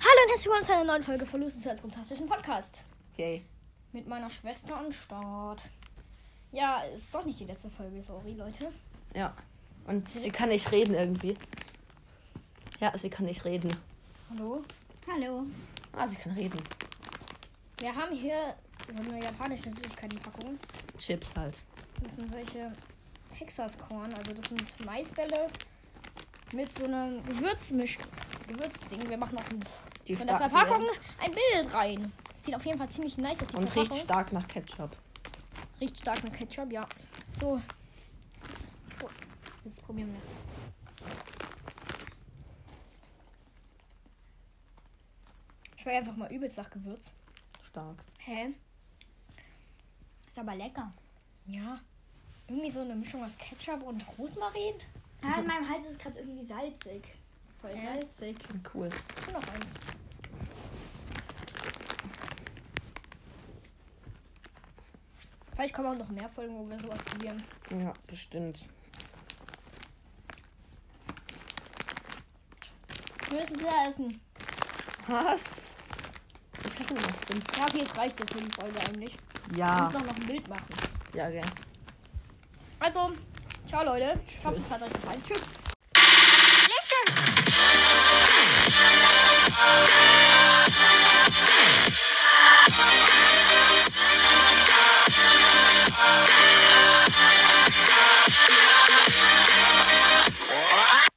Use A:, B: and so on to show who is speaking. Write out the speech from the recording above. A: willkommen zu einer neuen Folge von Lucy's als fantastischen Podcast.
B: Yay.
A: Mit meiner Schwester am Start. Ja, ist doch nicht die letzte Folge, sorry, Leute.
B: Ja. Und sie kann nicht reden irgendwie. Ja, sie kann nicht reden.
A: Hallo.
C: Hallo.
B: Ah, sie kann reden.
A: Wir haben hier so eine japanische Süßigkeitenpackung.
B: Chips halt.
A: Das sind solche Texas Corn, also das sind Maisbälle mit so einem Gewürzmisch. Gewürzding. Wir machen auch ein-
B: Die
A: von der
B: starken
A: Verpackung ein Bild rein. Sieht auf jeden Fall ziemlich nice aus. die
B: Und riecht
A: Verpackung.
B: stark nach Ketchup.
A: Riecht stark nach Ketchup, ja. So. Jetzt, pro- jetzt probieren wir. Ich war einfach mal übelst nach Gewürz.
B: Stark.
A: Hä?
C: Ist aber lecker.
A: Ja. Irgendwie so eine Mischung aus Ketchup und Rosmarin.
C: Ah, in meinem Hals ist gerade irgendwie salzig. Voll
A: Hä?
C: salzig.
B: Klingt Cool.
A: Und noch eins. Vielleicht kommen auch noch mehr Folgen, wo wir sowas probieren.
B: Ja, bestimmt.
A: Wir müssen wieder essen.
B: Was? Ich hatte noch drin.
A: Ja, okay, jetzt reicht das für die Folge eigentlich. Wir
B: Ja.
A: müssen auch noch ein Bild machen.
B: Ja, gell.
A: Also, ciao Leute. Ich hoffe, es hat euch gefallen. Tschüss.